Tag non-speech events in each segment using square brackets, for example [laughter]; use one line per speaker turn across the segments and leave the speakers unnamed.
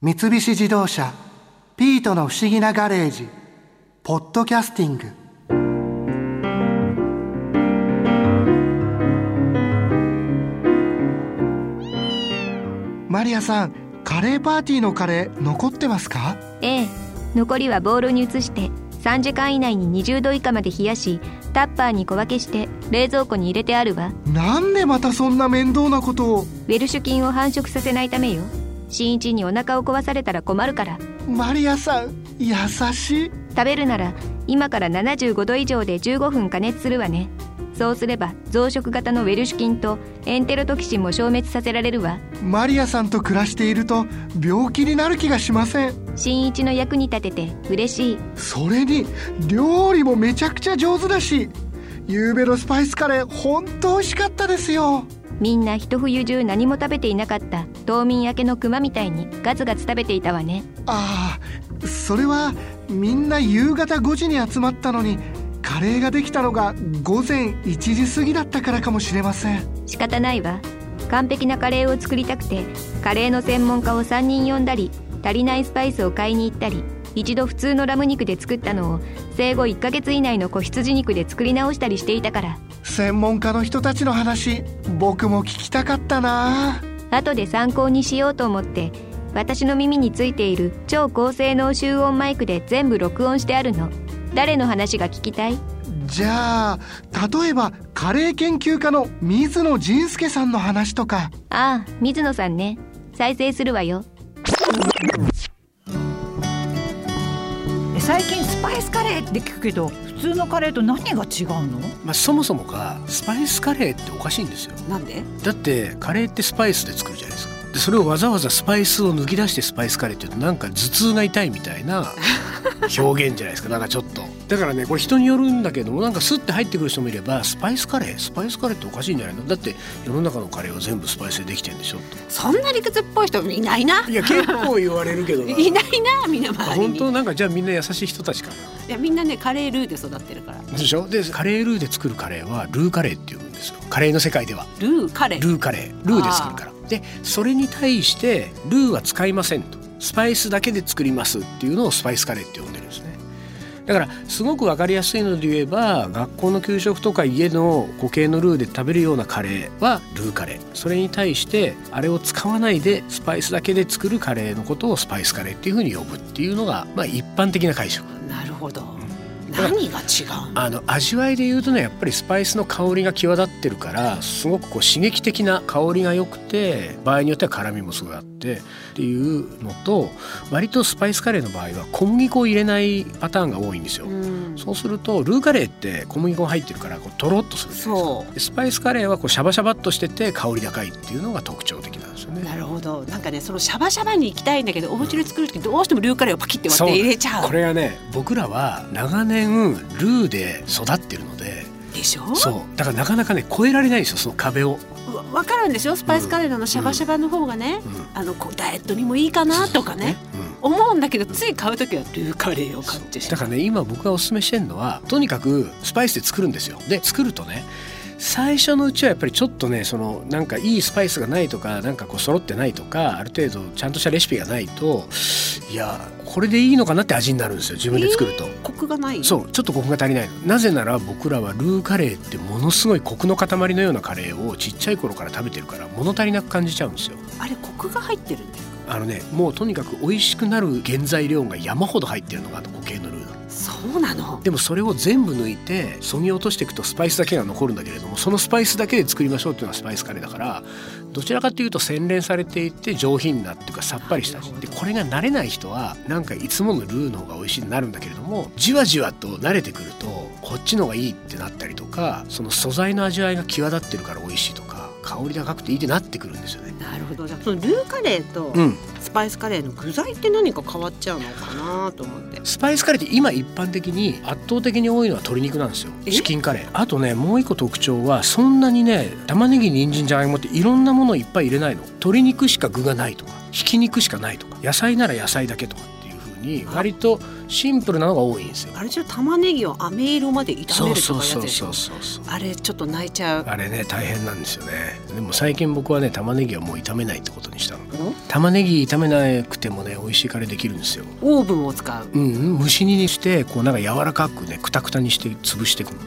三菱自動車「ピートの不思議なガレージ」「ポッドキャスティング」マリアさんカレーパーティーのカレー残ってますか
ええ残りはボウルに移して3時間以内に20度以下まで冷やしタッパーに小分けして冷蔵庫に入れてあるわ
なんでまたそんな面倒なことを
ウェルシュ菌を繁殖させないためよ新一にお腹を壊されたら困るから
マリアさん優しい
食べるなら今から75度以上で15分加熱するわねそうすれば増殖型のウェルシュ菌とエンテロトキシンも消滅させられるわ
マリアさんと暮らしていると病気になる気がしません
新一の役に立てて嬉しい
それに料理もめちゃくちゃ上手だし夕べのスパイスカレーほんと美味しかったですよ
みんな一冬中何も食べていなかった冬眠明けの熊みたいにガツガツ食べていたわね
ああそれはみんな夕方5時に集まったのにカレーができたのが午前1時過ぎだったからかもしれません
仕方ないわ完璧なカレーを作りたくてカレーの専門家を3人呼んだり足りないスパイスを買いに行ったり一度普通のラム肉で作ったのを生後1ヶ月以内の子羊肉で作り直したりしていたから
専門家の人たちの話僕も聞きたかったな
後で参考にしようと思って私の耳についている超高性能集音マイクで全部録音してあるの誰の話が聞きたい
じゃあ例えばカレー研究家の水野仁介さんの話とか
ああ水野さんね再生するわよ
最近スパイスカレーって聞くけど普通のカレーと何が違うの
まあ、そもそもがスパイスカレーっておかしいんですよ
なんで
だってカレーってスパイスで作るじゃないですかでそれをわざわざスパイスを抜き出してスパイスカレーって言うとなんか頭痛が痛いみたい [laughs] な表現じゃないですかなんかちょっとだからねこれ人によるんだけどもなんかスッて入ってくる人もいればスパイスカレースパイスカレーっておかしいんじゃないのだって世の中のカレーは全部スパイスでできてるんでしょって
そんな理屈っぽい人いないな。
いや結構言われるけ [laughs] ど
いないな、みんな周り
本
に。
当なんかじゃあみんな優しい人たちかない
や、みんなね、カレールーで育ってるから。
でしょでカレールーで作るカレーはルーカレーって呼ぶんですよカレーの世界では
ルー、カレー。
ルーカレールーで作るからでそれに対してルーは使いませんとスパイスだけで作りますっていうのをスパイスカレーって呼んでるんですねだからすごく分かりやすいので言えば学校の給食とか家の固形のルーで食べるようなカレーはルーカレーそれに対してあれを使わないでスパイスだけで作るカレーのことをスパイスカレーっていうふうに呼ぶっていうのが、まあ、一般的な解釈
なるほど。
から
何が違うの。
あの味わいで言うとねやっぱりスパイスの香りが際立ってるからすごくこう刺激的な香りが良くて場合によっては辛みもすごいあってっていうのと割とスパイスカレーの場合は小麦粉を入れないパターンが多いんですよ。
うん。
そうするとルーカレーって小麦粉が入ってるからこうとろっとするじゃないですか
そ
でスパイスカレーはこうシャバシャバっとしてて香り高いっていうのが特徴的なんですよ
う。な
ね。
るほど。なんかね、そのシャバシャバに行きたいんだけど、お家で作る時どうしてもルーカレーをパキって割って入れちゃ
こ
う。
れがね僕らは長年ルーで育ってるので
でしょ
そうだからなかなかね超えられないんですよその壁を。
わわかるんですよ。スパイスカレーのあのシャバシャバの方がね
うん、
あの、こうダイエットにもいいかなとかね。思うんだけど、つい買う時はルーカレーを買ってし
だ
ま
か
う。
らね今僕がおすすめしてるのはとにかくスパイスで作るんですよで作るとね最初のうちはやっぱりちょっとねそのなんかいいスパイスがないとかなんかこう揃ってないとかある程度ちゃんとしたレシピがないといやこれでいいのかなって味になるんですよ自分で作ると。
コクがない。
そうちょっとコクが足りないのなぜなら僕らはルーカレーってものすごいコクの塊のようなカレーをちっちゃい頃から食べてるから物足りなく感じちゃうんですよ
あれ、コクが入ってるんだよ。
あのねもうとにかく美味しくなる原材料が山ほど入ってるのがあと固形のルーなの
そうなの。
でもそれを全部抜いてそぎ落としていくとスパイスだけが残るんだけれどもそのスパイスだけで作りましょうっていうのはスパイスカレーだからどちらかというと洗練されていて上品なっていうかさっぱりした味でこれが慣れない人はなんかいつものルーの方が美味しいになるんだけれどもじわじわと慣れてくるとこっちの方がいいってなったりとかその素材の味わいが際立ってるから美味しいとか香り高くていいってなってくるんですよね。
なるほど。じゃあ、そのルーカレーと。
うん、
スパイスカレーの具材って何か変わっちゃうのかなと思って。
スパイスカレーって今一般的に圧倒的に多いのは鶏肉なんですよ
え
チキンカレーあとねもう一個特徴はそんなにね玉ねぎ人参じゃがいもっていろんなものをいっぱい入れないの鶏肉しか具がないとかひき肉しかないとか野菜なら野菜だけとかっていう風に割とシンプルなのが多いんですよ
あれじゃ玉ねぎを飴色まで炒
そ
め
う
ると
そう
かやつ
そう
でし
そ
ょ
う。そうそう
あれちょっと泣いちゃう。
あれね大変なんですよねでも最近僕はね玉ねぎはもう炒めないってことにしたの
の
玉ねぎ炒めなくてもね美味しいカレーできるんですよ。
オーブンを使う
うんうん、蒸し煮にしてこうなんか柔らかくねくたくたにして潰していくの、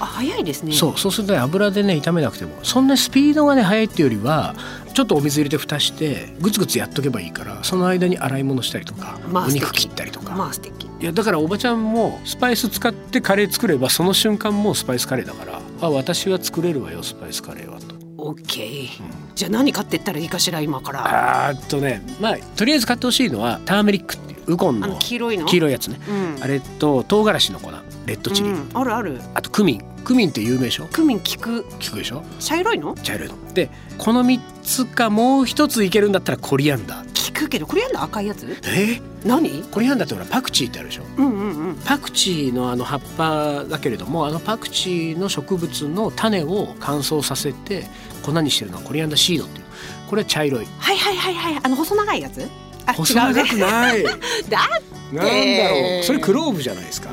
あ早いですね
そうそうするとね油でね炒めなくてもそんなスピードがね速いっていうよりはちょっとお水入れて蓋してグツグツやっとけばいいからその間に洗い物したりとか、
まあ
お肉
素敵
切ったりとか、
まあ素敵
いやだからおばちゃんもスパイス使ってカレー作ればその瞬間もうスパイスカレーだからあ私は作れるわよスパイスカレーはと。
オッケーじゃあ何買ってったらいいかしら今から
あーっとねまあとりあえず買ってほしいのはターメリックっていうウコン
あ
の
の黄色いの
黄色いやつね、
うん
あれと唐辛子の粉レッドチリ、
うんあるある
あとクミンクミンって有名でしょ
クミン効く
聞くでしょ
茶色いの効
茶色いの。でこの3つかもう一ついけるんだったらコリアンダー。
くけどこれやんの赤いやつ
えー
何
コリアンダーってほらパクチーってあるでしょ
うんうんうん
パクチーのあの葉っぱだけれどもあのパクチーの植物の種を乾燥させて粉にしてるのはコリアンダーシードっていうこれは茶色い
はいはいはいはいあの細長いやつあ
細長くないだ
って
なんだろうそれクローブじゃないですか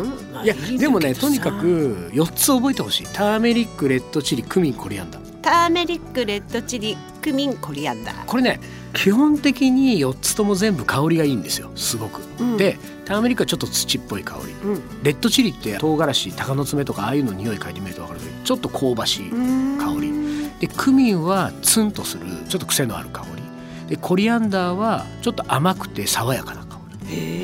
うんまあ
いや
いいんだけど
でもね
さ
とにかく4つ覚えてほしいターメリックレッドチリクミンコリアンダー
ターメリックレッドチリクミンコリアンダー
これね基本的に4つとも全部香りがいいんですよすごく、
うん
でターメリックはちょっと土っぽい香り
うん
レッドチリって唐辛子鷹の爪とかああいうの匂い嗅いでみると分かるけどちょっと香ばしい、香りでクミンはツンとするちょっと癖のある香りでコリアンダーはちょっと甘くて爽やかな香り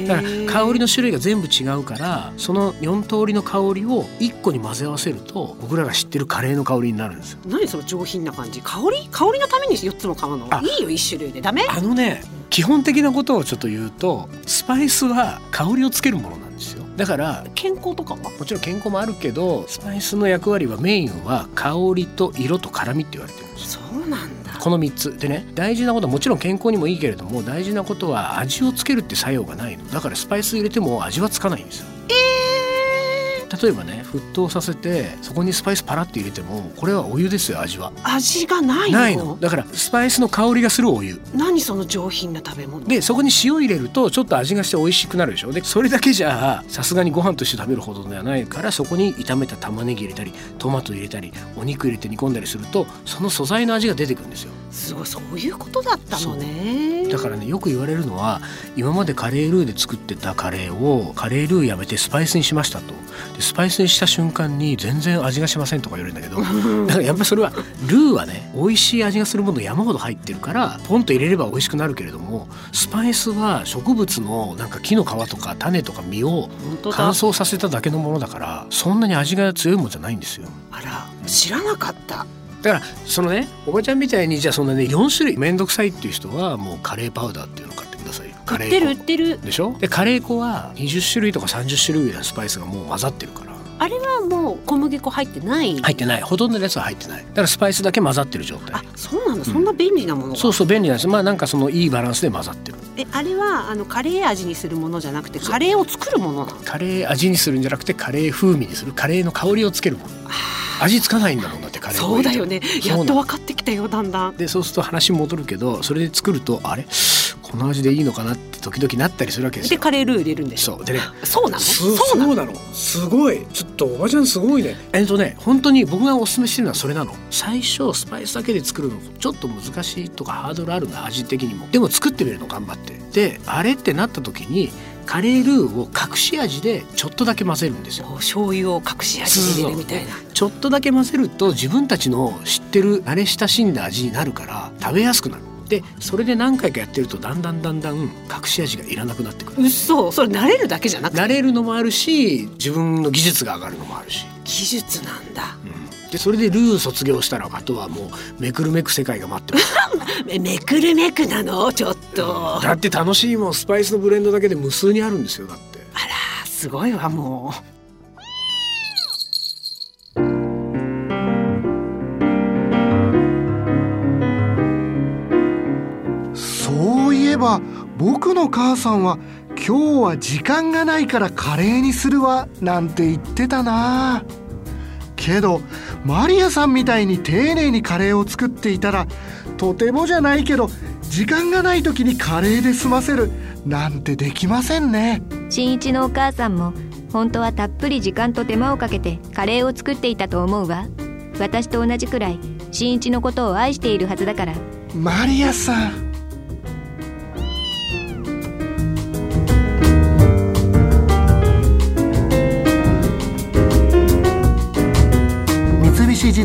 だから香りの種類が全部違うからその4通りの香りを1個に混ぜ合わせると僕らが知ってるカレーの香りになるんですよ
何その上品な感じ香り香りのために四つも買うの
あ
いいよ一種類でダメ
あのね基本的なことをちょっと言うとスパイスは香りをつけるものなんですよだから
健康とかは
もちろん健康もあるけどスパイスの役割はメインは香りと色と辛みって言われてるんですよ
そうなんだ
この3つでね大事なことはもちろん健康にもいいけれども大事なことは味をつけるって作用がないのだからスパイス入れても味はつかないんですよ例えばね沸騰させてそこにスパイスパラッて入れてもこれはお湯ですよ味は
味がないの
ないのだからスパイスの香りがするお湯
何その上品な食べ物
でそこに塩入れるとちょっと味がして美味しくなるでしょでそれだけじゃさすがにご飯として食べるほどではないからそこに炒めた玉ねぎ入れたりトマト入れたりお肉入れて煮込んだりするとその素材の味が出てくるんですよ
すごいそういうことだったのね
だからねよく言われるのは今までカレールーで作ってたカレーをカレールーやめてスパイスにしましたとでスパイスにした瞬間に全然味がしませんとか言われるんだけど
[laughs]
だからやっぱりそれはルーはね美味しい味がするもの山ほど入ってるからポンと入れれば美味しくなるけれどもスパイスは植物のなんか木の皮とか種とか実を
本当
乾
だ
燥させただけのものだからそんなに味が強いもんじゃないんですよ。
あら知らなかった
だからそのねおばちゃんみたいにじゃあそんなね4種類面倒くさいっていう人はもうカレーパウダーっていうのを買ってくださいよ
売
カ
っ
レ
てる売
ー
っ
粉
てる
でしょでカレー粉は20種類とか30種類ぐらいのスパイスがもう混ざってるから
あれはもう小麦粉入ってない
入ってないほとんどのやつは入ってないだからスパイスだけ混ざってる状態
あそうなんだそんな便利なものが
そうそう便利なんですまあなんかそのいいバランスで混ざってる
えあれはあのカレー味にするものじゃなくてカレーを作るものなの
カレー味にするんじゃなくてカレー風味にするカレーの香りをつけるもの味つかないんだもんだってカレー粉
そ
入
う
れ
だ
て
よ
も
ね
そうな
や
の
っと分かってきたよだんだん
でそうすると話戻るけどそれで作るとあれこの味でいいのかなって時々なったりするわけです
で
よ
カレールー入れるんでしょ
そうでね
そうなの
そう
そうなの
なのすごいちょっとおばちゃんすごいねえっとね本当に僕がおすすめしてるのはそれなの最初スパイスだけで作るのちょっと難しいとかハードルあるな味的にもでも作ってみるの頑張ってであれってなった時にカレールーを隠し味でちょっとだけ混ぜるんですよ
お醤油を隠し味で入れるみたいな
ちょっとだけ混ぜると自分たちの知ってる慣れ親しんだ味になるから食べやすくなるでそれで何回かやってるとだんだんだんだん隠し味がいらなくなってくる
嘘それ慣れるだけじゃなくて
慣れるのもあるし自分の技術が上がるのもあるし、
技術なんだ
でそれでルー卒業したらあとはもうめくるめく世界が待ってます
めめくるめくなのちょっと
だって楽しいもんスパイスのブレンドだけで無数にあるんですよだって
あすごいわも
そういえば僕の母さんは今日は時間がないからカレーにするわなんて言ってたなけどマリアさんみたいに丁寧にカレーを作っていたらとてもじゃないけど時間がない時にカレーで済ませるなんてできませんね
新一のお母さんも本当はたっぷり時間と手間をかけてカレーを作っていたと思うわ私と同じくらい新一のことを愛しているはずだから
マリアさん自